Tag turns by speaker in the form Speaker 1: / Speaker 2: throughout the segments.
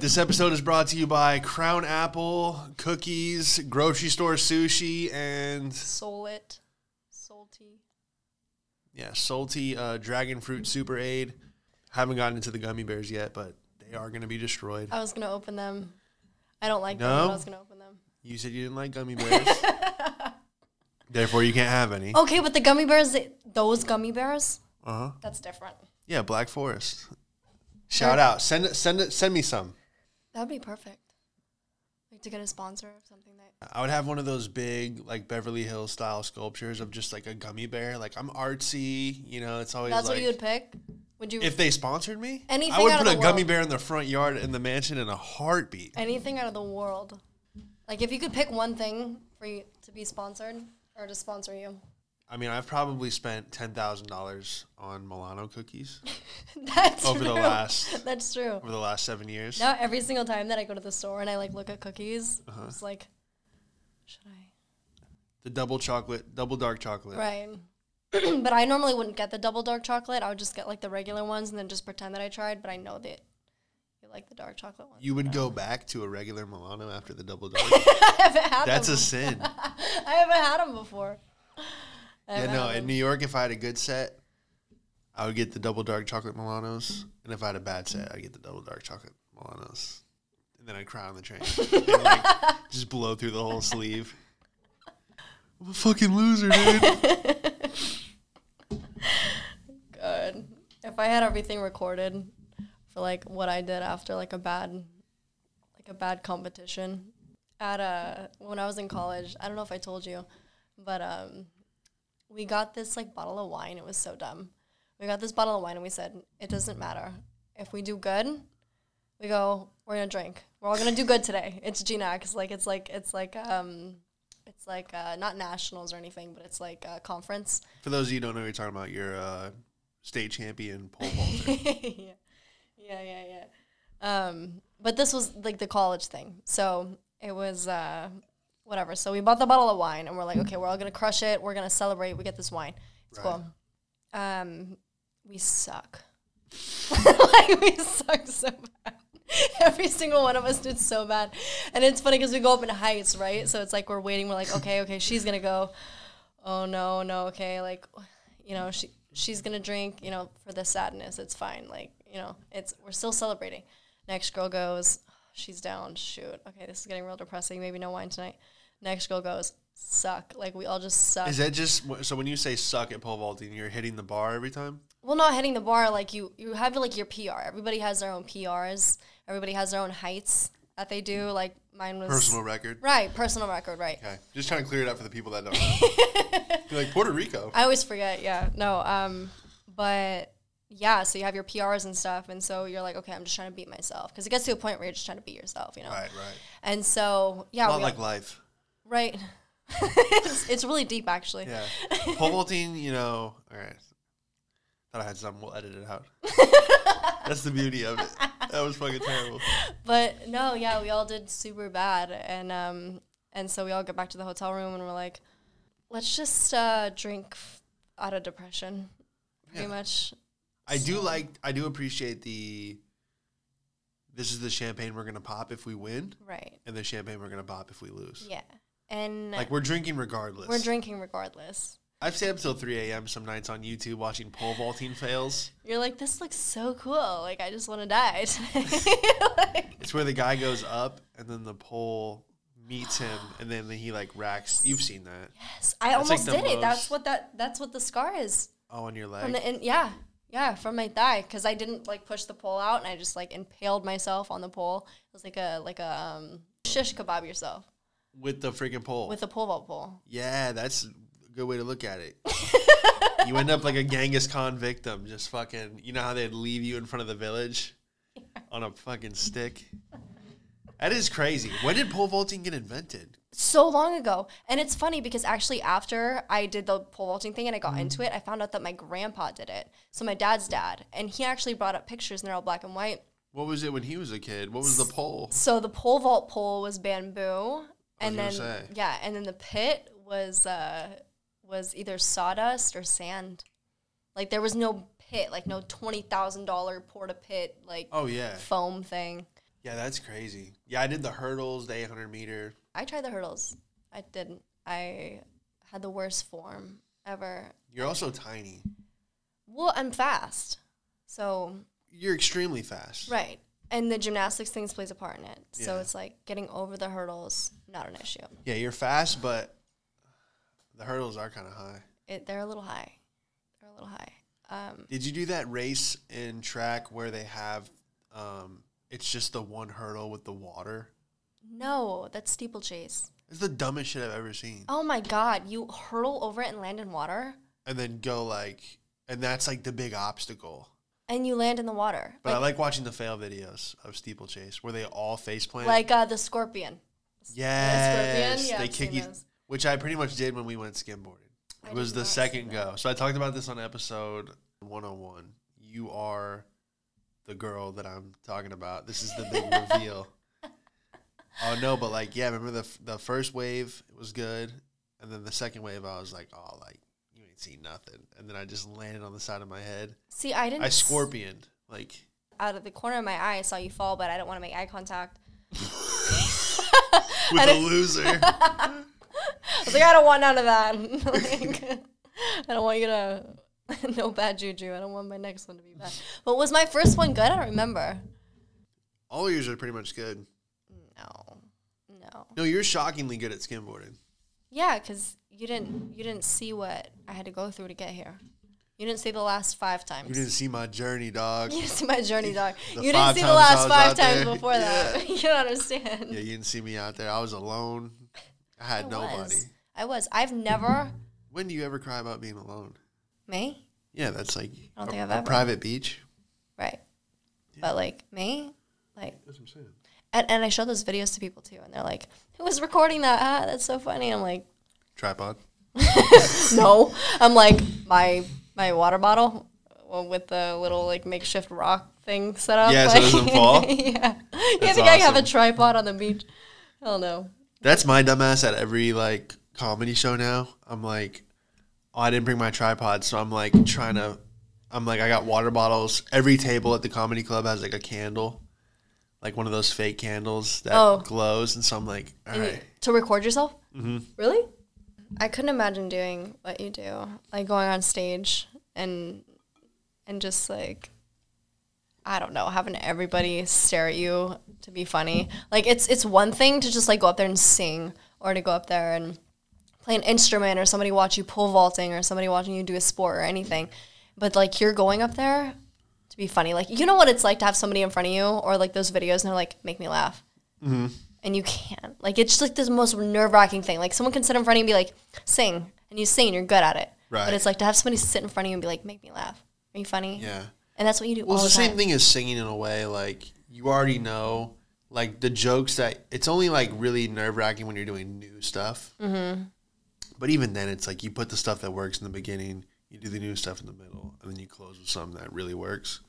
Speaker 1: This episode is brought to you by Crown Apple, cookies, grocery store sushi, and
Speaker 2: Solit. Salty.
Speaker 1: yeah, salty uh, dragon fruit super aid. Haven't gotten into the gummy bears yet, but they are going to be destroyed.
Speaker 2: I was gonna open them. I don't like them,
Speaker 1: No?
Speaker 2: but I was gonna open them.
Speaker 1: You said you didn't like gummy bears, therefore you can't have any.
Speaker 2: Okay, but the gummy bears, they- those gummy bears,
Speaker 1: Uh huh.
Speaker 2: that's different.
Speaker 1: Yeah, Black Forest. Shout out. Send it. Send it. Send me some.
Speaker 2: That'd be perfect. Like to get a sponsor of something that.
Speaker 1: I would have one of those big, like Beverly Hills style sculptures of just like a gummy bear. Like I'm artsy, you know. It's always
Speaker 2: That's
Speaker 1: like
Speaker 2: what you would pick. Would you
Speaker 1: if they sponsored me. I
Speaker 2: Anything
Speaker 1: would
Speaker 2: out of
Speaker 1: put a
Speaker 2: the
Speaker 1: gummy
Speaker 2: world.
Speaker 1: bear in the front yard in the mansion in a heartbeat.
Speaker 2: anything out of the world? Like if you could pick one thing for you to be sponsored or to sponsor you,
Speaker 1: I mean, I've probably spent ten thousand dollars on Milano cookies
Speaker 2: that's
Speaker 1: over the
Speaker 2: true.
Speaker 1: last
Speaker 2: That's true.
Speaker 1: over the last seven years.
Speaker 2: Now every single time that I go to the store and I like look at cookies,
Speaker 1: Uh-huh.
Speaker 2: I'm just like, should I?
Speaker 1: The double chocolate, double dark chocolate.
Speaker 2: Right. but I normally wouldn't get the double dark chocolate. I would just get like the regular ones and then just pretend that I tried, but I know that you like the dark chocolate ones.
Speaker 1: You would go back to a regular Milano after the double dark.
Speaker 2: I haven't had
Speaker 1: That's a
Speaker 2: them.
Speaker 1: sin.
Speaker 2: I haven't had them before. I
Speaker 1: Yeah,
Speaker 2: haven't
Speaker 1: no.
Speaker 2: had
Speaker 1: In
Speaker 2: them.
Speaker 1: New York, if I had a good set, I would get the double dark chocolate Milanos, and if I had a bad set, I'd get the double dark chocolate Milanos, and then I'd cry on the train, and, like, just blow through the whole sleeve. I'm a fucking loser, dude.
Speaker 2: Good. If I had everything recorded for like what I did after like a bad, like a bad competition at a when I was in college, I don't know if I told you, but um, we got this like bottle of wine. It was so dumb. We got this bottle of wine and we said it doesn't matter if we do good. We go. We're gonna drink. We're all gonna do good today. It's GNAC. Like it's like it's like um, it's like uh, not nationals or anything, but it's like a conference.
Speaker 1: For those of you who don't know what you're talking about, you're a state champion pole vaulter.
Speaker 2: yeah, yeah, yeah, yeah. Um, but this was like the college thing, so it was uh, whatever. So we bought the bottle of wine, and we're like, okay, we're all gonna crush it. We're gonna celebrate. We get this wine. It's
Speaker 1: Right.
Speaker 2: cool. Um, we suck. like we suck so bad. Every single one of us did so bad, and it's funny because we go up in heights, right? So it's like we're waiting. We're like, okay, okay, she's gonna go. Oh no, no, okay, like, you know, she she's gonna drink, you know, for the sadness. It's fine. Like, you know, it's we're still celebrating. Next girl goes, she's down. Shoot, okay, this is getting real depressing. Maybe no wine tonight. Next girl goes, suck. Like we all just suck.
Speaker 1: Is that just so? When you say suck at pole vaulting, you're hitting the bar every time.
Speaker 2: well not hitting the bar like you you have like your pr everybody has their own prs everybody has their own heights that they do like mine was
Speaker 1: Mm. Personal record.
Speaker 2: right personal record right
Speaker 1: Okay, just trying to clear it up for the people that don't. know. You're like Puerto Rico.
Speaker 2: i always forget yeah no um but yeah so you have your prs and stuff and so you're like okay i'm just trying to beat myself because it gets to a point where you're just trying to beat yourself you know
Speaker 1: Right, right.
Speaker 2: and so yeah
Speaker 1: A lot
Speaker 2: we-
Speaker 1: like life.
Speaker 2: right it's, it's really deep actually
Speaker 1: Yeah. Pole vaulting, you know, all right. Thought I had something. We'll edit it out. That's the beauty of it. That was fucking terrible.
Speaker 2: but no, yeah, we all did super bad, and um, and so we all get back to the hotel room, and we're like, let's just uh, drink f- out of depression, pretty
Speaker 1: Yeah.
Speaker 2: much.
Speaker 1: I do like, I do appreciate the. This is the champagne we're gonna pop if we win,
Speaker 2: Right.
Speaker 1: and the champagne we're gonna pop if we lose.
Speaker 2: Yeah. And
Speaker 1: Like we're drinking regardless.
Speaker 2: we're drinking regardless.
Speaker 1: I've stayed up till three a.m. some nights on YouTube watching pole vaulting fails.
Speaker 2: You're like, this looks so cool. Like, I just want to die. today." like,
Speaker 1: It's where the guy goes up and then the pole meets him, and then he like racks. You've seen that?
Speaker 2: I
Speaker 1: That's like
Speaker 2: almost
Speaker 1: the
Speaker 2: did it.
Speaker 1: most-
Speaker 2: That's what that. That's what the scar is.
Speaker 1: Oh, on your leg.
Speaker 2: From the in, yeah, yeah, from my thigh because I didn't like push the pole out and I just like impaled myself on the pole. It was like a like a um, shish kebab yourself
Speaker 1: with the freaking pole.
Speaker 2: with a pole vault pole.
Speaker 1: yeah, that's a good way to look at it. you end up like a Genghis Khan victim, just fucking. You know how they'd leave you in front of the village on a fucking stick. That is crazy. When did pole vaulting get invented?
Speaker 2: So long ago, and it's funny because actually after I did the pole vaulting thing and I got into it, I found out that my grandpa did it. So my dad's dad, and he actually brought up pictures and they're all black and white.
Speaker 1: What was it when he was a kid? What was the pole?
Speaker 2: So the pole vault pole was bamboo, and
Speaker 1: gonna
Speaker 2: then
Speaker 1: say.
Speaker 2: yeah, and then the pit was uh, was either sawdust or sand. Like there was no pit, like no twenty thousand dollar porta pit like
Speaker 1: Oh yeah,
Speaker 2: foam thing.
Speaker 1: Yeah, that's crazy. Yeah, I did the hurdles, the 800 meter.
Speaker 2: I tried the hurdles. I didn't. I had the worst form ever.
Speaker 1: You're also tiny.
Speaker 2: Well, I'm fast. So,
Speaker 1: You're extremely fast.
Speaker 2: right. And the gymnastics things plays a part in it. So
Speaker 1: Yeah.
Speaker 2: it's like getting over the hurdles, not an issue.
Speaker 1: Yeah, you're fast, but the hurdles are kind of high.
Speaker 2: It, they're a little high. They're a little high. Um,
Speaker 1: Did you do that race in track where they have um it's just the one hurdle with the water?
Speaker 2: no, that's steeplechase.
Speaker 1: It's the dumbest shit I've ever seen.
Speaker 2: Oh my God, you hurtle over it and land in water
Speaker 1: And then go like and that's like the big obstacle.
Speaker 2: and you land in the water.
Speaker 1: But I
Speaker 2: Like,
Speaker 1: like watching the fail videos of steeplechase where they all face plant.
Speaker 2: like uh, the scorpion.
Speaker 1: yes,
Speaker 2: scorpion? Yeah,
Speaker 1: they
Speaker 2: I've
Speaker 1: kick
Speaker 2: seen
Speaker 1: you,
Speaker 2: those.
Speaker 1: which I pretty much did when we went skimboarding.
Speaker 2: I
Speaker 1: It was
Speaker 2: did
Speaker 1: the
Speaker 2: not see
Speaker 1: second go. So I talked about this on episode 101. You are the girl that I'm talking about. This is the big reveal. Oh no, but like yeah, remember the f- the first wave was good, and then the second wave I was like, oh like you ain't seen nothing, and then I just landed on the side of my head.
Speaker 2: See, I didn't.
Speaker 1: I
Speaker 2: s-
Speaker 1: scorpioned like
Speaker 2: Out of the corner of my eye, I saw you fall, but I didn't want to make eye contact.
Speaker 1: with
Speaker 2: I
Speaker 1: a
Speaker 2: didn't-
Speaker 1: loser.
Speaker 2: I was like, I don't want none of that. Like, I don't want you to no bad juju. I don't want my next one to be bad. But was my first one good? I don't remember.
Speaker 1: All yours are pretty much good.
Speaker 2: No, no.
Speaker 1: No, you're shockingly good at skimboarding.
Speaker 2: Yeah, because you didn't you didn't see what I had to go through to get here. You didn't see the last five times.
Speaker 1: You didn't see my journey, dog.
Speaker 2: You didn't see my journey, dog.
Speaker 1: The
Speaker 2: you
Speaker 1: five
Speaker 2: didn't see the
Speaker 1: times I was
Speaker 2: last five
Speaker 1: out
Speaker 2: times
Speaker 1: there.
Speaker 2: before that. you don't understand.
Speaker 1: Yeah, you didn't see me out there. I was alone. I had
Speaker 2: I
Speaker 1: nobody.
Speaker 2: was. I was. I've never.
Speaker 1: When do you ever cry about being alone?
Speaker 2: Me?
Speaker 1: Yeah, that's like
Speaker 2: I don't
Speaker 1: a,
Speaker 2: think I've
Speaker 1: a
Speaker 2: ever.
Speaker 1: private beach.
Speaker 2: Right. But like, me? Like,
Speaker 1: That's what I'm saying.
Speaker 2: and, and I show those videos to people too, and they're like, who was recording that? Ah, that's so funny. I'm like,
Speaker 1: Tripod.
Speaker 2: no. I'm like, my my water bottle uh, with the little like makeshift rock thing set up.
Speaker 1: Yeah, so it
Speaker 2: like,
Speaker 1: doesn't fall?
Speaker 2: yeah. You
Speaker 1: That's
Speaker 2: think I have a
Speaker 1: awesome.
Speaker 2: tripod on the beach? Hell no.
Speaker 1: That's my dumbass at every like comedy show now. I'm like, oh, I didn't bring my tripod, so I'm like trying to. I'm like, I got water bottles. Every table at the comedy club has like a candle, like one of those fake candles that
Speaker 2: Oh.
Speaker 1: glows. And so I'm like, all right,
Speaker 2: Mm-hmm.
Speaker 1: Mm-hmm.
Speaker 2: To record yourself? Really? I couldn't imagine doing what you do, like going on stage and and just like I don't know, having everybody stare at you to be funny. Like it's it's one thing to just like go up there and sing or to go up there and play an instrument or somebody watch you pole vaulting or somebody watching you do a sport or anything. But like you're going up there to be funny. Like you know what it's like to have somebody in front of you or like those videos and they're like, make me laugh
Speaker 1: Mm-hmm.
Speaker 2: and you can't. Like it's just like this most nerve wracking thing. Like someone can sit in front of you and be like, sing, and you sing, and you're good at it.
Speaker 1: Right.
Speaker 2: But it's like to have somebody sit in front of you and be like, make me laugh. Are you funny?
Speaker 1: yeah.
Speaker 2: And that's what you do
Speaker 1: Well,
Speaker 2: all
Speaker 1: it's
Speaker 2: the,
Speaker 1: the
Speaker 2: time.
Speaker 1: same thing as singing in a way. Like you already know, like the jokes that it's only like really nerve wracking when you're doing new stuff. Mm-hmm. But even then, it's like you put the stuff that works in the beginning, you do the new stuff in the middle, and then you close with something that really works.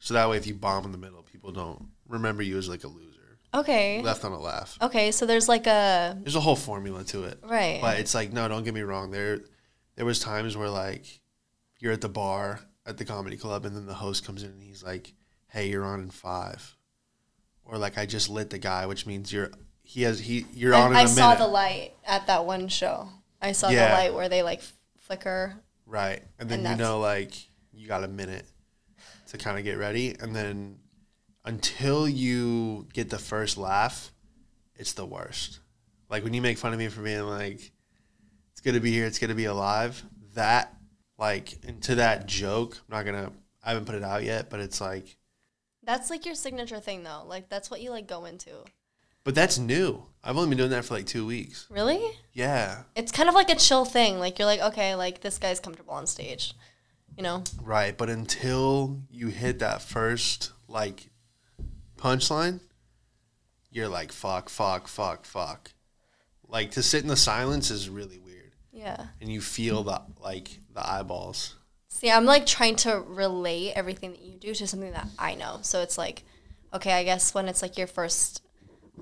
Speaker 1: So that way, if you bomb in the middle, people don't remember you as like a loser,
Speaker 2: Okay.
Speaker 1: left on a laugh.
Speaker 2: Okay. So there's like a
Speaker 1: There's a whole formula to it.
Speaker 2: right.
Speaker 1: But it's like, no, don't get me wrong. There, there was times where like you're at the bar at the comedy club, and then the host comes in and he's like, "Hey, you're on in five. or like I just lit the guy, which means you're he has he you're on in
Speaker 2: I, I
Speaker 1: a
Speaker 2: saw the
Speaker 1: minute,
Speaker 2: light at that one show. I saw
Speaker 1: Yeah.
Speaker 2: the light where they like flicker.
Speaker 1: right? And then
Speaker 2: and
Speaker 1: you
Speaker 2: that's-
Speaker 1: know like you got a minute to kind of get ready, and then until you get the first laugh, it's the worst. Like when you make fun of me for being like, it's good to be here, it's good to be alive. That like into that joke, I'm not gonna I haven't put it out yet, but it's like
Speaker 2: That's like your signature thing though. Like that's what you like go into.
Speaker 1: but that's new. I've only been doing that for like two weeks.
Speaker 2: Really?
Speaker 1: Yeah.
Speaker 2: It's kind of like a chill thing. Like you're like, okay, like this guy's comfortable on stage. You know?
Speaker 1: Right. But until you hit that first like punchline, you're like fuck, fuck, fuck, fuck. Like to sit in the silence is really weird.
Speaker 2: Yeah.
Speaker 1: And you feel the like the eyeballs.
Speaker 2: See, I'm like trying to relate everything that you do to something that I know. So it's like, okay, I guess when it's like your first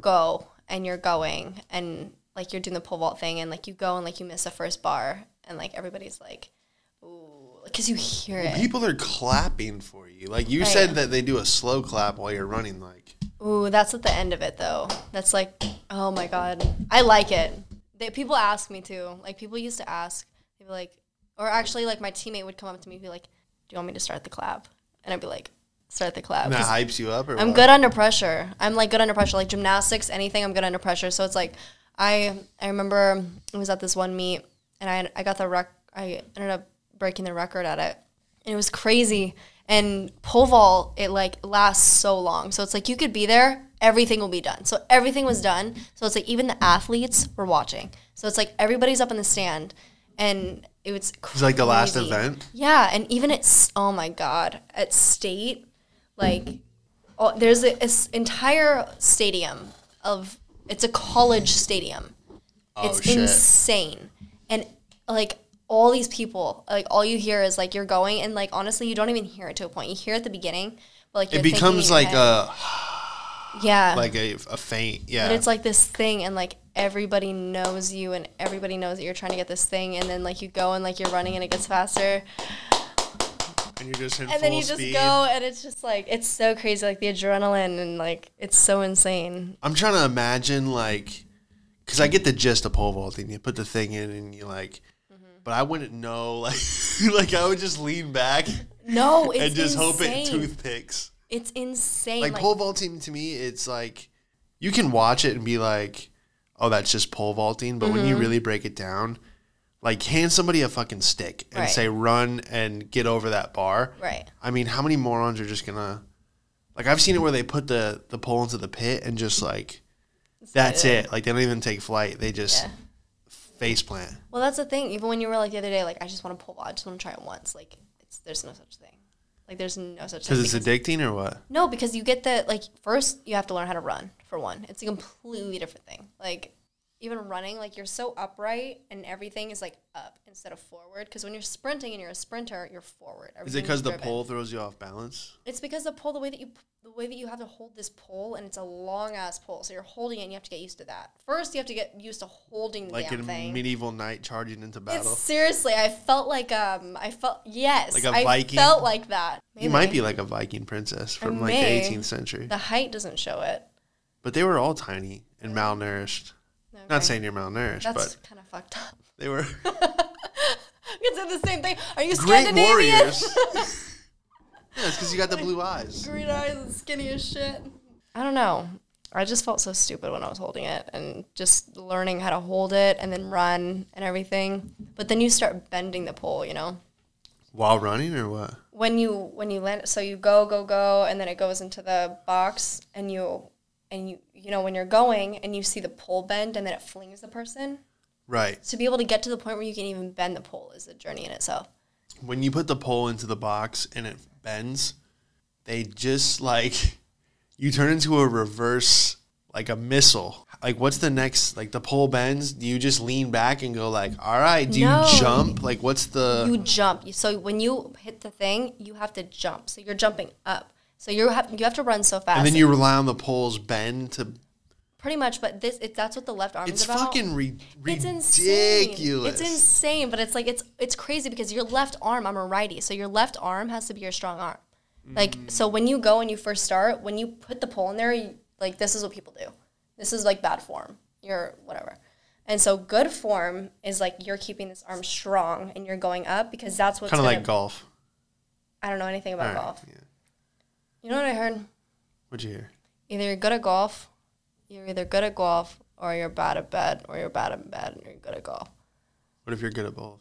Speaker 2: go and you're going and like you're doing the pole vault thing and like you go and like you miss the first bar and like everybody's like, ooh, because you hear it.
Speaker 1: People are clapping for you. Like you
Speaker 2: Right.
Speaker 1: said that they do a slow clap while you're running. Like
Speaker 2: Ooh, that's at the end of it though. That's like, oh my god, I like it. They, people ask me too. Like people used to ask, they'd be like, or actually, like my teammate would come up to me and be like, "Do you want me to start the clap?" And I'd be like, "Start the clap."
Speaker 1: and that
Speaker 2: 'cause
Speaker 1: hypes you up. Or
Speaker 2: I'm
Speaker 1: what?
Speaker 2: good under pressure. I'm like good under pressure, like gymnastics, anything. I'm good under pressure. So it's like, I I remember I was at this one meet and I I got the rec. I ended up breaking the record at it, and it was crazy. And pole vault, it like lasts so long. So it's like you could be there, everything will be done. So everything was done. So it's like even the athletes were watching. So it's like everybody's up in the stand, and it was.
Speaker 1: It's like the last
Speaker 2: crazy.
Speaker 1: event.
Speaker 2: Yeah, and even at s- oh my god, at state, like oh, there's a- this entire stadium of it's a college stadium.
Speaker 1: Oh
Speaker 2: it's
Speaker 1: shit!
Speaker 2: insane, and like all these people, like all you hear is like you're going, and like honestly, you don't even hear it to a point. You hear it at the beginning, but like
Speaker 1: It
Speaker 2: you're thinking in
Speaker 1: becomes
Speaker 2: your
Speaker 1: like
Speaker 2: head-
Speaker 1: a
Speaker 2: yeah,
Speaker 1: like a, a faint. Yeah.
Speaker 2: but it's like this thing, and like everybody knows you, and everybody knows that you're trying to get this thing, and then like you go and like you're running, and it gets faster.
Speaker 1: and you're just in full
Speaker 2: and then you just
Speaker 1: speed.
Speaker 2: go and it's just like it's so crazy like the adrenaline and like it's so insane
Speaker 1: I'm trying to imagine like, because I get the gist of pole vaulting. You put the thing in and you like,
Speaker 2: Mm-hmm.
Speaker 1: but I wouldn't know. Like, like I would just lean back
Speaker 2: no it's
Speaker 1: and just hope it
Speaker 2: insane.
Speaker 1: toothpicks.
Speaker 2: it's insane
Speaker 1: Like,
Speaker 2: like,
Speaker 1: pole vaulting to me, it's like you can watch it and be like, oh, that's just pole vaulting. But when
Speaker 2: Mm-hmm.
Speaker 1: you really break it down, like hand somebody a fucking stick and
Speaker 2: Right.
Speaker 1: say run and get over that bar.
Speaker 2: right
Speaker 1: I mean, how many morons are just gonna like I've seen it where they put the the pole into the pit and just like that's it. Like they don't even take flight. They just
Speaker 2: Yeah.
Speaker 1: face plant.
Speaker 2: well that's the thing even when you were like the other day like i just want to pull i just want to try it once like it's there's no such thing like there's no such thing
Speaker 1: Because it's addicting or what?
Speaker 2: no because you get the like first you have to learn how to run for one it's a completely different thing like even running like you're so upright and everything is like up instead of forward because when you're sprinting and you're a sprinter you're forward
Speaker 1: Is it
Speaker 2: Everything's
Speaker 1: because the
Speaker 2: driven.
Speaker 1: pole throws you off balance?
Speaker 2: It's because the pole, the way that you p- the way that you have to hold this pole, and it's a long ass pole, so you're holding it, and you have to get used to that. First, you have to get used to holding the
Speaker 1: Like
Speaker 2: damn
Speaker 1: in
Speaker 2: thing.
Speaker 1: medieval knight charging into battle.
Speaker 2: it's, seriously, I felt like um, I felt yes,
Speaker 1: Like
Speaker 2: like
Speaker 1: a Viking?
Speaker 2: felt like that.
Speaker 1: you might be like a Viking princess from like
Speaker 2: may.
Speaker 1: the 18th century.
Speaker 2: the height doesn't show it.
Speaker 1: But they were all tiny and malnourished. Not
Speaker 2: Okay.
Speaker 1: saying you're malnourished,
Speaker 2: that's
Speaker 1: but
Speaker 2: kind of fucked up.
Speaker 1: they were
Speaker 2: It's the same thing. Are you
Speaker 1: great
Speaker 2: Scandinavian?
Speaker 1: warriors. yeah, it's because you got the blue eyes.
Speaker 2: Green eyes and skinny as shit. I don't know. I just felt so stupid when I was holding it and just learning how to hold it and then run and everything. But then you start bending the pole, you know.
Speaker 1: While running or what?
Speaker 2: When you when you land so you go go go and then it goes into the box and you and you you know when you're going and you see the pole bend and then it flings the person.
Speaker 1: Right.
Speaker 2: To be able to get to the point where you can even bend the pole is a journey in itself.
Speaker 1: when you put the pole into the box and it bends, they just like you turn into a reverse like a missile. Like what's the next like the pole bends, do you just lean back and go like, "All right, do
Speaker 2: No.
Speaker 1: you jump?" Like what's the
Speaker 2: you jump. You- So when you hit the thing, you have to jump. So you're jumping up. So you have you have to run so fast.
Speaker 1: And then you rely on the pole's bend to
Speaker 2: pretty much. But this it, that's what the left arm
Speaker 1: It's
Speaker 2: is about.
Speaker 1: fucking re-
Speaker 2: it's
Speaker 1: ridiculous.
Speaker 2: Insane. It's insane, but it's like it's it's crazy because your left arm. I'm a righty, so your left arm has to be your strong arm. Like so, when you go and you first start, when you put the pole in there, you, like this is what people do. This is like bad form. You're whatever. And so, good form is like you're keeping this arm strong and you're going up because that's what's
Speaker 1: kind of
Speaker 2: gonna-
Speaker 1: like golf.
Speaker 2: I don't know anything about
Speaker 1: All right,
Speaker 2: golf.
Speaker 1: yeah.
Speaker 2: You know what I heard?
Speaker 1: What'd you hear?
Speaker 2: Either you're good at golf, you're either good at golf, or you're bad at bed, or you're bad at bed and you're good at golf.
Speaker 1: What if you're good at both?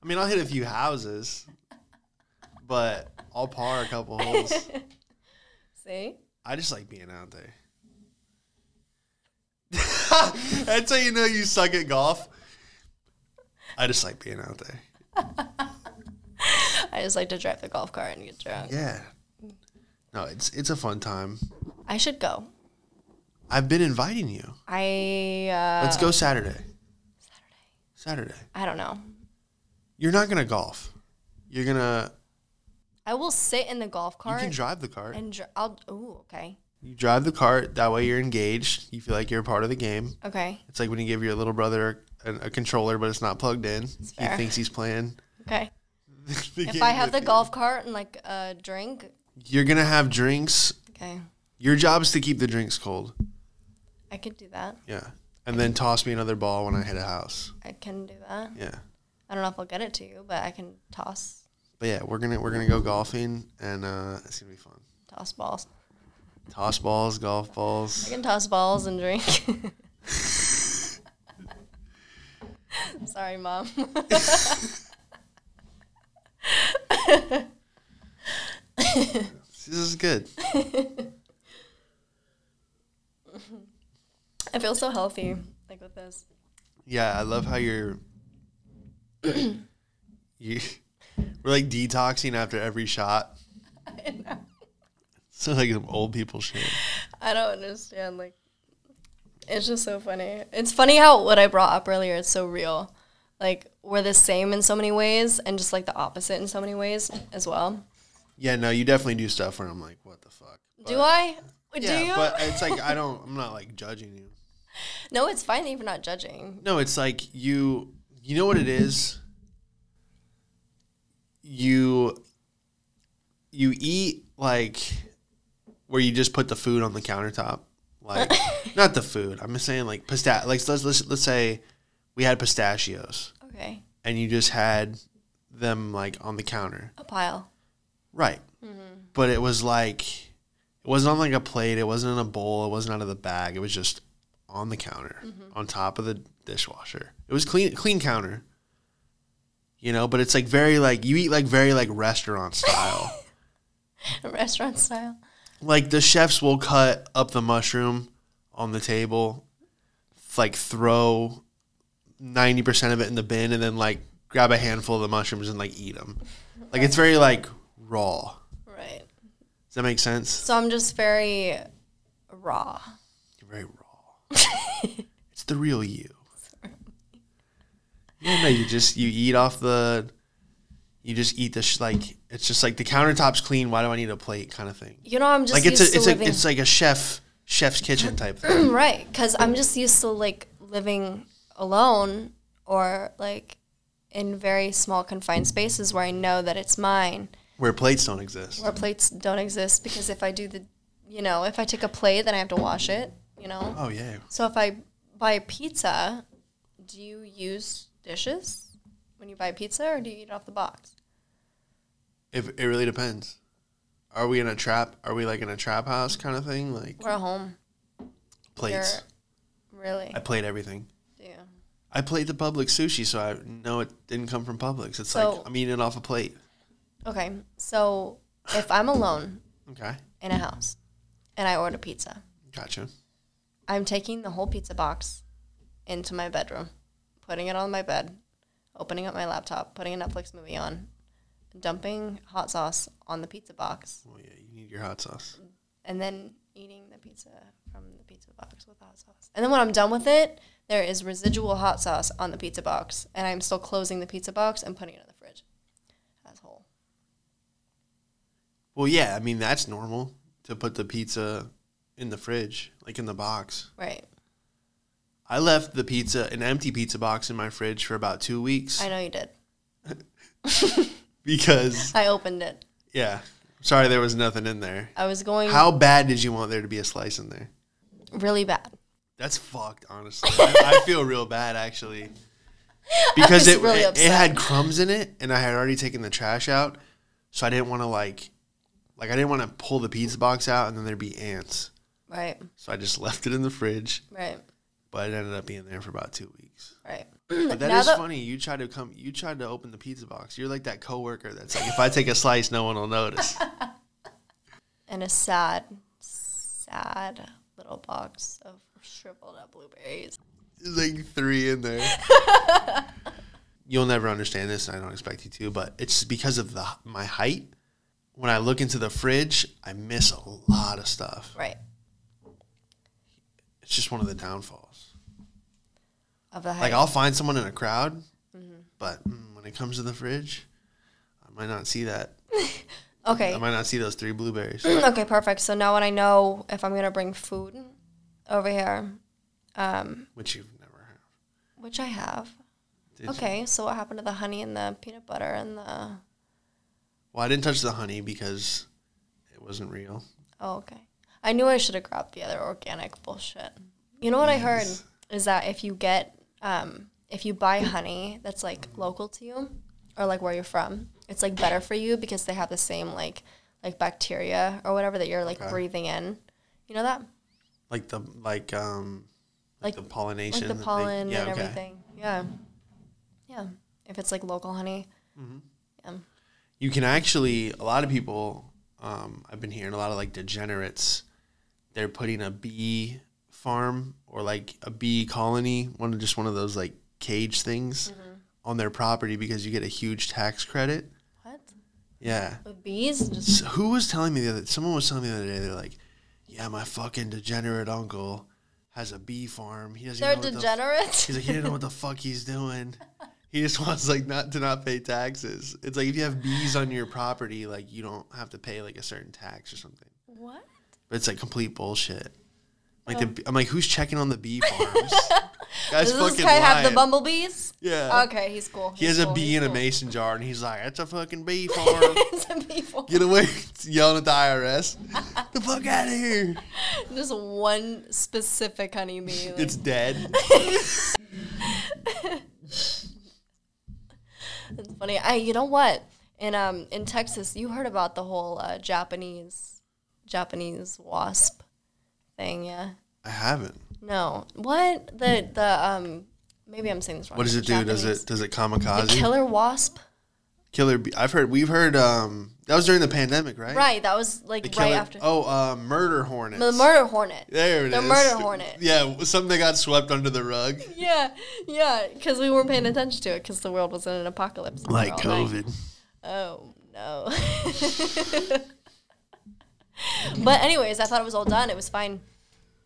Speaker 1: I mean, I'll hit a few houses, but I'll par a couple holes.
Speaker 2: See?
Speaker 1: I just like being out there. That's how you know you suck at golf. I just like being out there.
Speaker 2: I just like to drive the golf cart and get drunk.
Speaker 1: Yeah. No, it's it's a fun time.
Speaker 2: I should go.
Speaker 1: I've been inviting you.
Speaker 2: I uh,
Speaker 1: Let's go Saturday. Saturday. Saturday.
Speaker 2: I don't know.
Speaker 1: You're not gonna golf. You're gonna
Speaker 2: I will sit in the golf
Speaker 1: you
Speaker 2: cart
Speaker 1: can drive the cart.
Speaker 2: and dr- I'll. Ooh, okay,
Speaker 1: You drive the cart. That way you're engaged. You feel like you're a part of the game.
Speaker 2: okay,
Speaker 1: It's like when you give your little brother a, a controller, but it's not plugged in. He
Speaker 2: fair.
Speaker 1: thinks he's playing.
Speaker 2: okay. If I have the golf cart and like a drink,
Speaker 1: you're gonna have drinks.
Speaker 2: okay,
Speaker 1: Your job is to keep the drinks cold.
Speaker 2: I could do that.
Speaker 1: Yeah, and then toss me another ball when I hit a house.
Speaker 2: I can do that.
Speaker 1: Yeah,
Speaker 2: I don't know if I'll get it to you, but I can toss
Speaker 1: but yeah, we're gonna we're gonna go golfing, and uh, it's gonna be fun.
Speaker 2: toss balls.
Speaker 1: Toss balls, golf
Speaker 2: I
Speaker 1: balls.
Speaker 2: can toss balls and drink. Sorry, mom.
Speaker 1: This is good.
Speaker 2: I feel so healthy, like with this.
Speaker 1: Yeah, I love how you're. you, we're like detoxing after every shot.
Speaker 2: I know.
Speaker 1: So like some old people shit.
Speaker 2: I don't understand. Like, it's just so funny. It's funny how what I brought up earlier is so real. Like, we're the same in so many ways, and just like the opposite in so many ways as well.
Speaker 1: Yeah, no, you definitely do stuff where I'm like, what the fuck.
Speaker 2: Do
Speaker 1: But-
Speaker 2: I?
Speaker 1: Yeah,
Speaker 2: Do you?
Speaker 1: but it's like I don't. I'm not like judging you.
Speaker 2: no, it's fine that you're not judging.
Speaker 1: No, it's like you. You know what it is. You. You eat like, where you just put the food on the countertop, like not the food. I'm just saying like pistach. Like let's let's let's say we had pistachios
Speaker 2: Okay,
Speaker 1: and you just had them like on the counter,
Speaker 2: a pile.
Speaker 1: right? But it was like it wasn't on like a plate. It wasn't in a bowl. It wasn't out of the bag. It was just on the counter, on top of the dishwasher. It was clean, clean counter. You know, but it's like very like you eat like very like restaurant style.
Speaker 2: Restaurant style.
Speaker 1: like the chefs will cut up the mushroom on the table, like throw ninety percent of it in the bin, and then like grab a handful of the mushrooms and like eat them. Like it's very like raw.
Speaker 2: Right.
Speaker 1: Does that make sense?
Speaker 2: So I'm just very raw.
Speaker 1: You're very raw. it's the real you. Yeah, no, you just you eat off the, you just eat the sh- like it's just like the countertop's clean. Why do I need a plate? Kind of thing.
Speaker 2: You know, I'm just
Speaker 1: Like it's
Speaker 2: used
Speaker 1: a,
Speaker 2: to
Speaker 1: it's like
Speaker 2: living
Speaker 1: it's like a chef chef's kitchen type thing.
Speaker 2: right because I'm just used to like living alone or like in very small confined spaces where I know that it's mine,
Speaker 1: where plates don't exist.
Speaker 2: where plates don't exist. Because if I do the, you know, if I take a plate, then I have to wash it. You know.
Speaker 1: Oh yeah,
Speaker 2: So if I buy pizza, do you use dishes when you buy pizza, or do you eat off the box?
Speaker 1: if it really depends. Are we in a trap? Are we like in a trap house kind of thing? Like
Speaker 2: We're at home.
Speaker 1: plates.
Speaker 2: Really?
Speaker 1: I plate everything.
Speaker 2: Yeah.
Speaker 1: I plate the public sushi, so I know it didn't come from Publix. It's like
Speaker 2: So-
Speaker 1: I'm eating it off a plate.
Speaker 2: Okay. So if I'm alone
Speaker 1: Okay,
Speaker 2: in a house and I order pizza,
Speaker 1: gotcha.
Speaker 2: I'm taking the whole pizza box into my bedroom, putting it on my bed, opening up my laptop, putting a Netflix movie on, dumping hot sauce on the pizza box,
Speaker 1: Well, yeah, you need your hot sauce.
Speaker 2: and then eating the pizza from the pizza box with the hot sauce. And then when I'm done with it, there is residual hot sauce on the pizza box, and I'm still closing the pizza box and putting it in the fridge as whole.
Speaker 1: Well, yeah, I mean that's normal to put the pizza in the fridge, like in the box.
Speaker 2: Right.
Speaker 1: I left the pizza, an empty pizza box, in my fridge for about two weeks
Speaker 2: I know you did.
Speaker 1: because,
Speaker 2: I opened it.
Speaker 1: yeah, sorry, there was nothing in there.
Speaker 2: I was going
Speaker 1: How bad did you want there to be a slice in there?
Speaker 2: really bad.
Speaker 1: That's fucked, honestly. I, I feel real bad actually. Because
Speaker 2: was
Speaker 1: it,
Speaker 2: really
Speaker 1: it- it
Speaker 2: upset.
Speaker 1: had crumbs in it and I had already taken the trash out, so I didn't want to like like I didn't want to pull the pizza box out and then there'd be ants.
Speaker 2: Right.
Speaker 1: So I just left it in the fridge,
Speaker 2: Right.
Speaker 1: but it ended up being there for about 2 weeks.
Speaker 2: Right.
Speaker 1: But that
Speaker 2: Hmm, Now
Speaker 1: is
Speaker 2: that-
Speaker 1: funny. You tried to come you tried to open the pizza box. You're like that coworker that's like if I take a slice no one will notice.
Speaker 2: and a sad, sad little box of shriveled up blueberries.
Speaker 1: There's like three in there. You'll never understand this, and I don't expect you to, but it's because of the my height. When I look into the fridge, I miss a lot of stuff.
Speaker 2: Right.
Speaker 1: It's just one of the downfalls.
Speaker 2: Of the height.
Speaker 1: Like I'll find someone in a crowd,
Speaker 2: Mm-hmm.
Speaker 1: but mm, when it comes to the fridge, I might not see that. I
Speaker 2: okay.
Speaker 1: might not see those three blueberries.
Speaker 2: okay, perfect. So now when I know if I'm going to bring food over here, um,
Speaker 1: Which you've never had.
Speaker 2: which I have.
Speaker 1: Did you?
Speaker 2: Okay, so what happened to the honey and the peanut butter and the
Speaker 1: Well, I didn't touch the honey because it wasn't real.
Speaker 2: Oh, okay. I knew I should have grabbed the other organic bullshit. You know what I heard
Speaker 1: Yes.
Speaker 2: is that if you get, um, if you buy honey that's like local to you or like where you're from, it's like better for you because they have the same like like bacteria or whatever that you're like
Speaker 1: Okay.
Speaker 2: breathing in. You know that?
Speaker 1: Like the like um
Speaker 2: Like-
Speaker 1: like, the pollination.
Speaker 2: Like the
Speaker 1: that they-
Speaker 2: pollen
Speaker 1: yeah,
Speaker 2: and
Speaker 1: okay.
Speaker 2: everything. Yeah. Yeah. If it's like local honey.
Speaker 1: You can actually a lot of people um, I've been hearing a lot of like degenerates, they're putting a bee farm or like a bee colony, one of just one of those like cage things
Speaker 2: Mm-hmm.
Speaker 1: on their property because you get a huge tax credit.
Speaker 2: What?
Speaker 1: Yeah.
Speaker 2: With bees? Just
Speaker 1: S who was telling me the other? Someone was telling me the other day. They're like, "Yeah, my fucking degenerate uncle has a bee farm. He doesn't.
Speaker 2: they're
Speaker 1: know what the f-
Speaker 2: degenerates.
Speaker 1: he's like, he didn't know what the fuck he's doing. He just wants like not to not pay taxes. It's like if you have bees on your property, like you don't have to pay like a certain tax or something.
Speaker 2: what?
Speaker 1: But it's like complete bullshit. Like
Speaker 2: Oh.
Speaker 1: the the, I'm like, who's checking on the bee farms? Guys,
Speaker 2: Does this
Speaker 1: fucking
Speaker 2: guy have the
Speaker 1: lying.
Speaker 2: bumblebees?
Speaker 1: Yeah.
Speaker 2: Okay, he's cool.
Speaker 1: He has a bee in a
Speaker 2: maze.
Speaker 1: mason jar, and he's like, "That's a fucking bee farm."
Speaker 2: It's a bee farm.
Speaker 1: Get away! yelling at the IRS. the fuck out of here!
Speaker 2: Just one specific honeybee. Like,
Speaker 1: It's dead.
Speaker 2: it's funny. I, you know what? In um in Texas, you heard about the whole uh, Japanese Japanese wasp thing, yeah?
Speaker 1: I haven't.
Speaker 2: No, what the the um maybe I'm saying this wrong.
Speaker 1: What does it do? Does
Speaker 2: Japanese.
Speaker 1: it does it
Speaker 2: the
Speaker 1: kamikaze?
Speaker 2: killer wasp?
Speaker 1: killer bee. I've heard. We've heard. Um, that was during the pandemic, right?
Speaker 2: Right, that was like
Speaker 1: The
Speaker 2: right
Speaker 1: killer.
Speaker 2: after
Speaker 1: Oh, uh, murder hornets.
Speaker 2: the murder hornet.
Speaker 1: There it is.
Speaker 2: the murder hornet.
Speaker 1: Yeah, something that got swept under the rug,
Speaker 2: Yeah, yeah, because we weren't paying attention to it because the world was in an apocalypse. We
Speaker 1: like
Speaker 2: were all
Speaker 1: COVID.
Speaker 2: Oh no. but anyways, I thought it was all done. It was fine.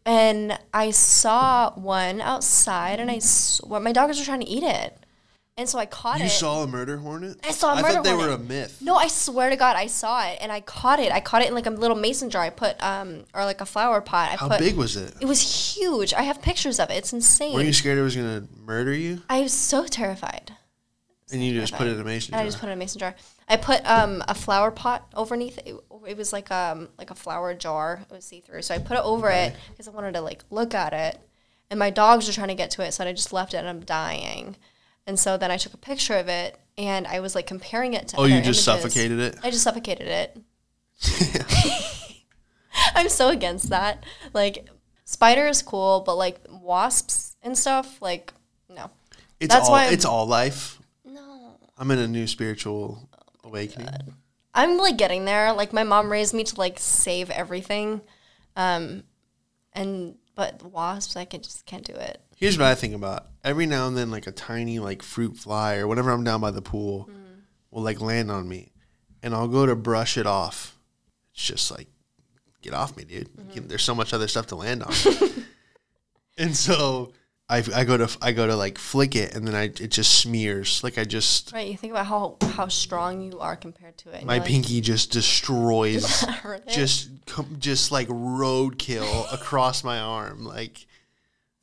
Speaker 2: And I saw one outside, and I swear my dogs were trying to eat it, and so I caught
Speaker 1: You
Speaker 2: it.
Speaker 1: saw a murder hornet.
Speaker 2: I saw a
Speaker 1: I
Speaker 2: murder
Speaker 1: thought they
Speaker 2: hornet.
Speaker 1: were a myth.
Speaker 2: no, I swear to God, I saw it, and I caught it. I caught it in like a little mason jar. I put um or like a flower pot. I
Speaker 1: How
Speaker 2: put
Speaker 1: big was it?
Speaker 2: it was huge. I have pictures of it. It's
Speaker 1: Were
Speaker 2: insane.
Speaker 1: you scared it was gonna murder you?
Speaker 2: I was so terrified.
Speaker 1: And you just put it in a mason
Speaker 2: and
Speaker 1: jar.
Speaker 2: I just put it in a mason jar. I put um, a flower pot underneath it. It was like um like a flower jar. It was see through. So I put it over it because I wanted to like look at it. And my dogs were trying to get to it, so I just left it. and I'm dying. And so then I took a picture of it, and I was like comparing it to.
Speaker 1: oh, you
Speaker 2: other
Speaker 1: just
Speaker 2: images.
Speaker 1: suffocated it.
Speaker 2: I just suffocated it. I'm so against that. Like spider is cool, but like wasps and stuff, like no,
Speaker 1: It's
Speaker 2: That's
Speaker 1: all
Speaker 2: why I'm-
Speaker 1: it's all life.
Speaker 2: no. Oh
Speaker 1: I'm in a new spiritual awakening.
Speaker 2: I'm like getting there. Like my mom raised me to like save everything, um, and but wasps, I can just can't do it.
Speaker 1: Here's what I think about. Every now and then like a tiny like fruit fly or whenever I'm down by the pool
Speaker 2: Mm.
Speaker 1: will like land on me and I'll go to brush it off. It's just like get off me, dude.
Speaker 2: Mm-hmm.
Speaker 1: There's so much other stuff to land on. and so I, I go to I go to like flick it and then I it just smears. Like I just
Speaker 2: Right? You think about how how strong you are compared to it. and
Speaker 1: my
Speaker 2: you're like,
Speaker 1: pinky just destroys
Speaker 2: "Really?"
Speaker 1: just com- just like roadkill across my arm, like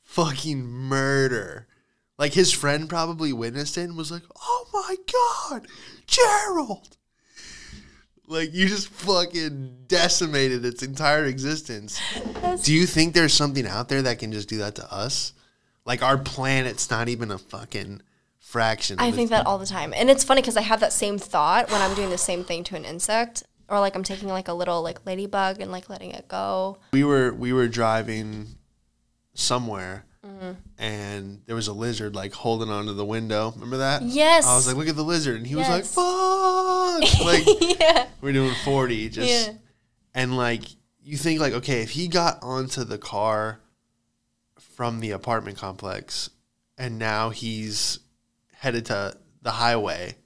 Speaker 1: fucking murder. Like his friend probably witnessed it and was like, "Oh my god, Gerald!" Like you just fucking decimated its entire existence.
Speaker 2: That's-
Speaker 1: Do you think there's something out there that can just do that to us? Like our planet's not even a fucking fraction. Of
Speaker 2: I
Speaker 1: its-
Speaker 2: think that all the time, and it's funny because I have that same thought when I'm doing the same thing to an insect, or like I'm taking like a little like ladybug and like letting it go.
Speaker 1: we were we were driving somewhere
Speaker 2: Mm-hmm.
Speaker 1: and there was a lizard like holding onto the window remember that
Speaker 2: Yes.
Speaker 1: i was like look at the lizard and he
Speaker 2: Yes.
Speaker 1: was like fuck like
Speaker 2: yeah.
Speaker 1: we're doing 40 just
Speaker 2: Yeah.
Speaker 1: and like you think like okay if he got onto the car from the apartment complex and now he's headed to the highway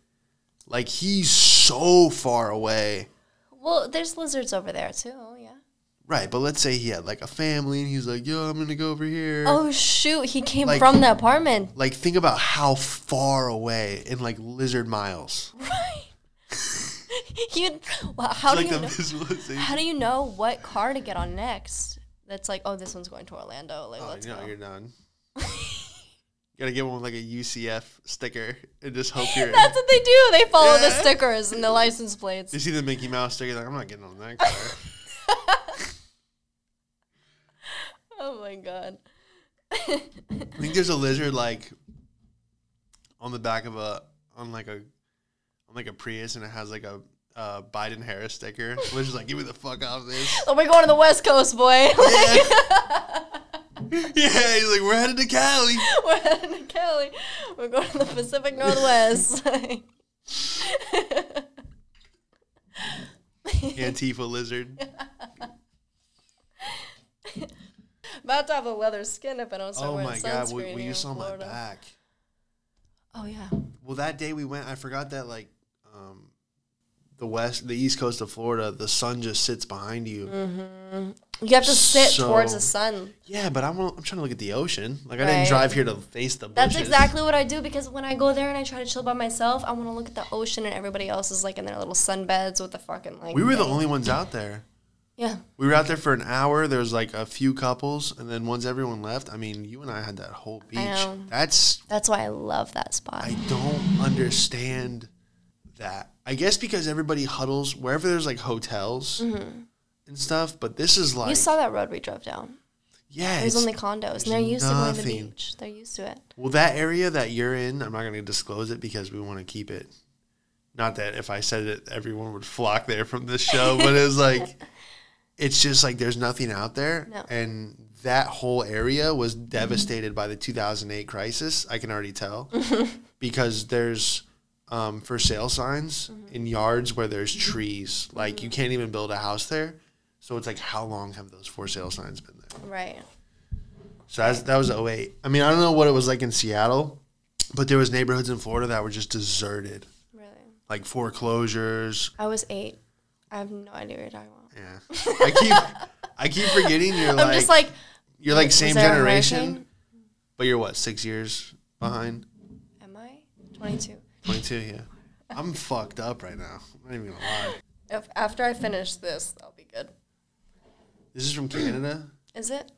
Speaker 1: like he's so far away
Speaker 2: Well, there's lizards over there too. Yeah.
Speaker 1: right but let's say he had like a family and he's like yo i'm gonna go over here
Speaker 2: Oh shoot! He came
Speaker 1: Like-
Speaker 2: from the apartment.
Speaker 1: like think about how far away in like lizard miles
Speaker 2: You. Wow, how do
Speaker 1: like
Speaker 2: you?
Speaker 1: the
Speaker 2: know?
Speaker 1: visualization
Speaker 2: How do you know what car to get on next? That's like, oh, this one's going to Orlando. Like,
Speaker 1: oh,
Speaker 2: let's
Speaker 1: no
Speaker 2: go.
Speaker 1: you're done gotta get one with like a UCF sticker and just hope you're.
Speaker 2: That's what they do. They follow the
Speaker 1: Yeah.
Speaker 2: stickers and the license plates.
Speaker 1: You see the Mickey Mouse sticker, like I'm not getting on that car.
Speaker 2: Oh my god.
Speaker 1: I think there's a lizard like on the back of a on like a on like a Prius, and it has like a uh, Biden Harris sticker, which is like, give me the fuck off this.
Speaker 2: Oh, we're going to the West Coast, boy.
Speaker 1: Yeah. yeah, he's like, we're headed to Cali.
Speaker 2: we're heading to Cali. We're going to the Pacific Northwest.
Speaker 1: Antifa lizard.
Speaker 2: About to have a leather skin if I don't start
Speaker 1: Oh
Speaker 2: wearing
Speaker 1: my
Speaker 2: sunscreen
Speaker 1: god, we, we
Speaker 2: here in
Speaker 1: used on my
Speaker 2: Florida.
Speaker 1: back.
Speaker 2: Oh yeah.
Speaker 1: Well, that day we went, I forgot that like um, the west, the east coast of Florida, the sun just sits behind you.
Speaker 2: Mm. You have to sit
Speaker 1: So-
Speaker 2: towards the sun.
Speaker 1: Yeah, but I'm, I'm trying to look at the ocean. Like I
Speaker 2: Right.
Speaker 1: didn't drive here to face the bushes.
Speaker 2: That's exactly what I do because when I go there and I try to chill by myself, I want to look at the ocean and everybody else is like in their little sunbeds with the fucking like.
Speaker 1: We were the
Speaker 2: thing.
Speaker 1: only ones out there.
Speaker 2: Yeah.
Speaker 1: We were out there for an hour. There was like a few couples, and then once everyone left, I mean, you and I had that whole beach.
Speaker 2: know.
Speaker 1: That's
Speaker 2: That's why I love that spot.
Speaker 1: I don't understand that. I guess because everybody huddles wherever there's like hotels and stuff. But this is like
Speaker 2: Mm-hmm. you saw that road we drove down.
Speaker 1: yeah,
Speaker 2: There's
Speaker 1: it's,
Speaker 2: only condos, and they're used to going to the
Speaker 1: nothing.
Speaker 2: beach. They're used to it.
Speaker 1: well that area that you're in. I'm not going to disclose it because we want to keep it. Not that if I said it, everyone would flock there from this show, but it's like it's just like there's nothing out there,
Speaker 2: No. Mm-hmm.
Speaker 1: and that whole area was devastated by the 2008 crisis. I can already tell.
Speaker 2: Mm-hmm.
Speaker 1: because there's um, for sale signs
Speaker 2: Mm-hmm.
Speaker 1: in yards where there's trees. Like you can't even build a house there. So it's like, how long have those for sale signs been there?
Speaker 2: Right.
Speaker 1: So that's, that was 08. I mean, I don't know what it was like in Seattle, but there was neighborhoods in Florida that were just deserted,
Speaker 2: Really.
Speaker 1: like foreclosures.
Speaker 2: I was eight. I have no idea what you're talking about.
Speaker 1: Yeah, I keep I keep forgetting you're
Speaker 2: I'm
Speaker 1: like,
Speaker 2: just like
Speaker 1: you're like
Speaker 2: was
Speaker 1: same
Speaker 2: there a
Speaker 1: generation,
Speaker 2: hurricane?
Speaker 1: but you're what six years behind,
Speaker 2: Am I 22?
Speaker 1: twenty two. Yeah, I'm fucked up right now. I'm not even gonna lie.
Speaker 2: If, after I finish this, that'll be good.
Speaker 1: This is from Canada.
Speaker 2: Is it?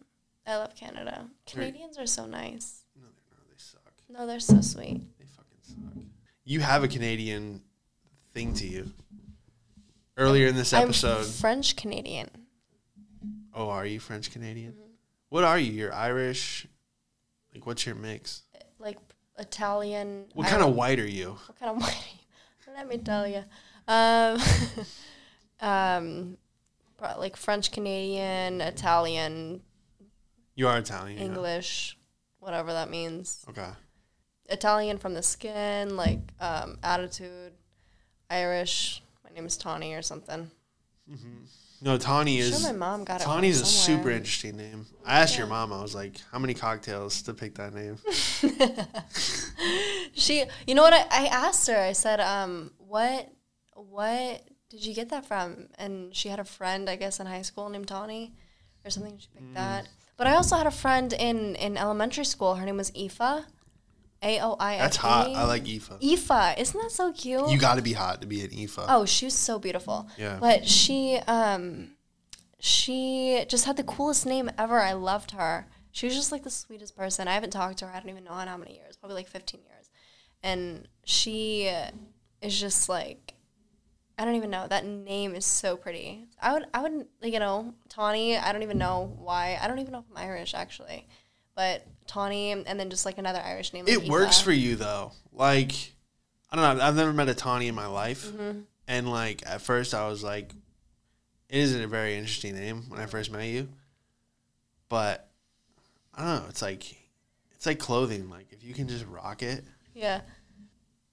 Speaker 2: I love Canada. Canadians are so nice.
Speaker 1: No, they're not. They suck.
Speaker 2: No, they're so sweet.
Speaker 1: They fucking suck. You have a Canadian thing to you. Earlier in this
Speaker 2: I'm
Speaker 1: episode,
Speaker 2: French Canadian.
Speaker 1: oh, are you French Canadian?
Speaker 2: Mm-hmm.
Speaker 1: What are you? You're Irish. Like, what's your mix?
Speaker 2: Like Italian.
Speaker 1: What kind of white are you?
Speaker 2: What kind of money? Let me tell you. Um, um, pro- like French Canadian, Italian,
Speaker 1: You are Italian. you know.
Speaker 2: English, whatever that means.
Speaker 1: Okay.
Speaker 2: Italian from the skin, like um, attitude, Irish. My name is Tawny or something.
Speaker 1: No, Tawny
Speaker 2: I'm sure
Speaker 1: is.
Speaker 2: my mom got it. from
Speaker 1: Tawny's a
Speaker 2: somewhere.
Speaker 1: super interesting name. I asked your mom. I was like, "How many cocktails to pick that name?"
Speaker 2: She, you know what? I, I asked her. I said, um, "What, what did you get that from?" And she had a friend, I guess, in high school named Tawny, or something. She
Speaker 1: Mm.
Speaker 2: picked that. But I also had a friend in in elementary school. Her name was Aoife. A O I F E.
Speaker 1: That's hot. I like Aoife.
Speaker 2: Aoife. Isn't that so cute?
Speaker 1: You got to be hot to be an Aoife.
Speaker 2: oh, she was so beautiful.
Speaker 1: Yeah.
Speaker 2: But she, um, she just had the coolest name ever. I loved her. She was just like the sweetest person. I haven't talked to her. I don't even know in how many years. Probably like fifteen years. And she is just like, I don't even know. That name is so pretty. I would, I would, like, you know, Tawny. I don't even know why. I don't even know if I'm Irish actually, but Tawny, and then just like another Irish name.
Speaker 1: it
Speaker 2: like
Speaker 1: works
Speaker 2: Aoife.
Speaker 1: for you though. Like I don't know. I've never met a Tawny in my life, and like at first I was like, "It isn't a very interesting name." When I first met you, but I don't know. It's like it's like clothing. Like if you can just rock it,
Speaker 2: Yeah.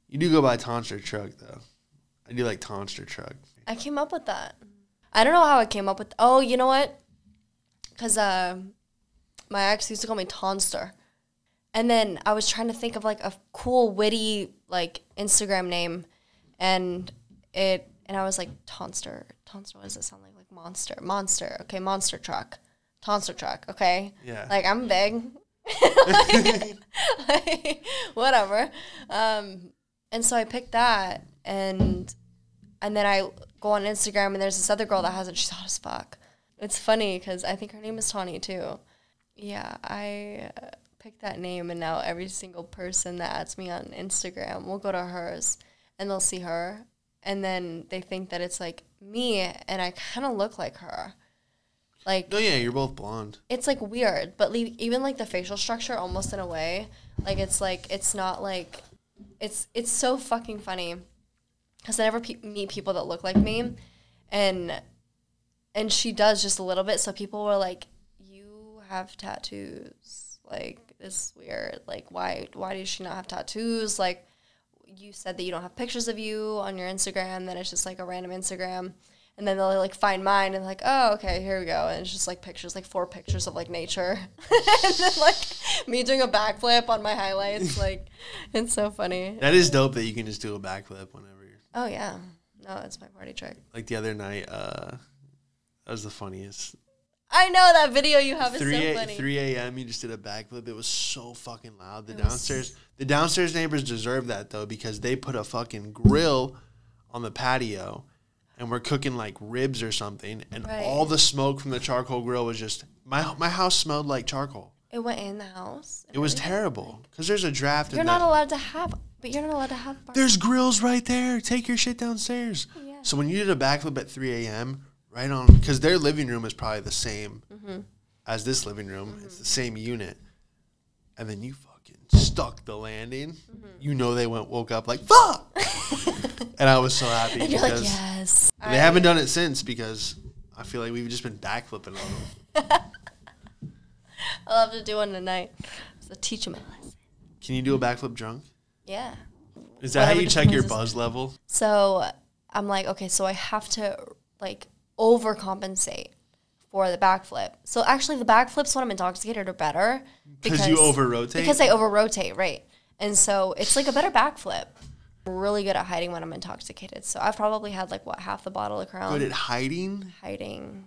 Speaker 1: you do go by Tonster Truck though. I do like Tonster Truck.
Speaker 2: I came up with that. I don't know how I came up with. Oh, you know what? Because uh, my ex used to call me Tonster, and then I was trying to think of like a cool, witty like Instagram name, and it and I was like Tonster. Tonster. What does it sound like? Like monster. Monster. Okay, monster truck. Tonster truck. Okay.
Speaker 1: Yeah.
Speaker 2: Like I'm big. like, whatever. Um, and so I picked that, and and then I go on Instagram, and there's this other girl that has it. She's hot as fuck. It's funny because I think her name is Tawny too. Yeah, I uh, picked that name, and now every single person that adds me on Instagram will go to hers, and they'll see her, and then they think that it's like me, and I kind of look like her. Like
Speaker 1: No, yeah, you're both blonde.
Speaker 2: it's like weird, but le- even like the facial structure, almost in a way, like it's like it's not like it's it's so fucking funny because I never pe- meet people that look like me, and and she does just a little bit, so people were like, "You have tattoos, like this is weird, like why why does she not have tattoos? Like you said that you don't have pictures of you on your Instagram, then it's just like a random Instagram." And then they'll like find mine and like, oh, okay, here we go. And it's just like pictures, like four pictures of like nature. and then like me doing a backflip on my highlights. Like, it's so funny.
Speaker 1: That is dope that you can just do a backflip whenever. you're
Speaker 2: Oh, yeah. No, it's my party trick.
Speaker 1: Like the other night, uh, that was the funniest.
Speaker 2: I know that video you have is
Speaker 1: Three
Speaker 2: so
Speaker 1: a,
Speaker 2: funny.
Speaker 1: three a.m. You just did a backflip. It was so fucking loud. The downstairs, the downstairs neighbors deserve that though because they put a fucking grill on the patio, and we're cooking like ribs or something, and
Speaker 2: Right.
Speaker 1: all the smoke from the charcoal grill was just my my house smelled like charcoal.
Speaker 2: It went in the house.
Speaker 1: It was terrible because there's a draft.
Speaker 2: You're
Speaker 1: in
Speaker 2: not
Speaker 1: that.
Speaker 2: allowed to have, but you're not allowed to have. Bar-
Speaker 1: There's grills right there. Take your shit downstairs.
Speaker 2: Yeah.
Speaker 1: So when you did a backflip at 3 a.m., right on, because their living room is probably the same
Speaker 2: Mm-hmm.
Speaker 1: as this living room. It's the same unit. And then you fucking stuck the landing.
Speaker 2: Mm-hmm.
Speaker 1: You know they went woke up like fuck. and I was so happy
Speaker 2: and you're like,
Speaker 1: because
Speaker 2: yes.
Speaker 1: they haven't done it since because I feel like we've just been backflipping on them.
Speaker 2: I'll have to do one tonight. So teach them a lesson.
Speaker 1: Can you do a backflip drunk?
Speaker 2: Yeah.
Speaker 1: Is that
Speaker 2: Whatever
Speaker 1: how you check your
Speaker 2: defines us.
Speaker 1: buzz level?
Speaker 2: So I'm like, okay, so I have to like overcompensate for the backflip. So actually, the backflips when I'm intoxicated are better
Speaker 1: Because you over rotate.
Speaker 2: because I over rotate, right? And so it's like a better backflip. I'm really good at hiding when I'm intoxicated. So I've probably had like what half the bottle of Crown
Speaker 1: Good at hiding.
Speaker 2: hiding,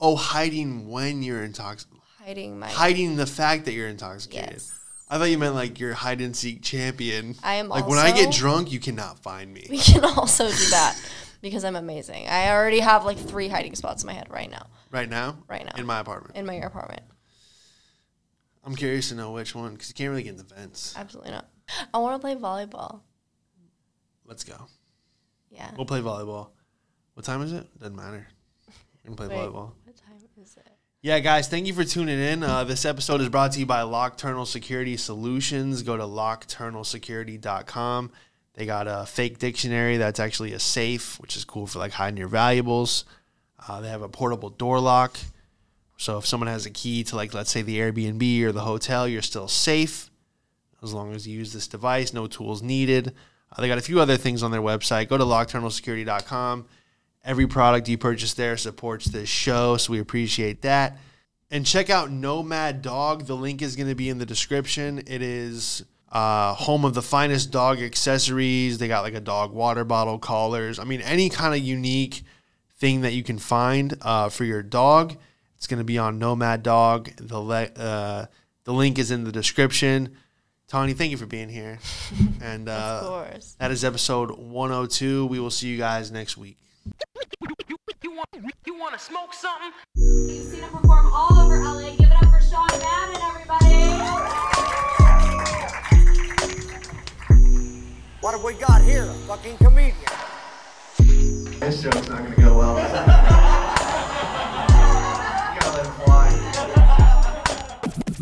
Speaker 1: Oh, hiding when you're intoxicated.
Speaker 2: hiding my.
Speaker 1: hiding the fact that you're intoxicated.
Speaker 2: Yes.
Speaker 1: I thought you meant like your hide and seek champion.
Speaker 2: I am
Speaker 1: like when I get
Speaker 2: also-
Speaker 1: drunk, you cannot find me.
Speaker 2: we can also do that because I'm amazing. I already have like three hiding spots in my head right now,
Speaker 1: Right now,
Speaker 2: Right now.
Speaker 1: in my apartment.
Speaker 2: in my apartment.
Speaker 1: I'm curious to know which one because you can't really get in the vents.
Speaker 2: Absolutely not. I want to play volleyball.
Speaker 1: Let's go.
Speaker 2: Yeah.
Speaker 1: We'll play volleyball. What time is it? Doesn't matter. We can play
Speaker 2: Wait,
Speaker 1: volleyball.
Speaker 2: What time is it?
Speaker 1: Yeah, guys, thank you for tuning in. Uh, this episode is brought to you by Locturnal Security Solutions. Go to locturnalsecurity.com. They got a fake dictionary that's actually a safe, which is cool for like hiding your valuables. Uh, they have a portable door lock. So if someone has a key to like let's say the Airbnb or the hotel, you're still safe as long as you use this device. No tools needed. Uh, they got a few other things on their website. Go to locturnalsecurity.com. Every product you purchase there supports this show, so we appreciate that. And check out Nomad Dog. The link is going to be in the description. It is uh, home of the finest dog accessories. They got like a dog water bottle, collars. I mean, any kind of unique thing that you can find uh, for your dog. It's going to be on Nomad Dog. The le- uh, the link is in the description. Tony, thank you for being here. And
Speaker 2: Of
Speaker 1: uh,
Speaker 2: course.
Speaker 1: that is episode 102. We will see you guys next week.
Speaker 3: You want you want to smoke something?
Speaker 4: You've seen him perform all over LA. Give it up for Sean Madden, everybody.
Speaker 5: What have we got here? A fucking comedian.
Speaker 1: This joke's not going to go well.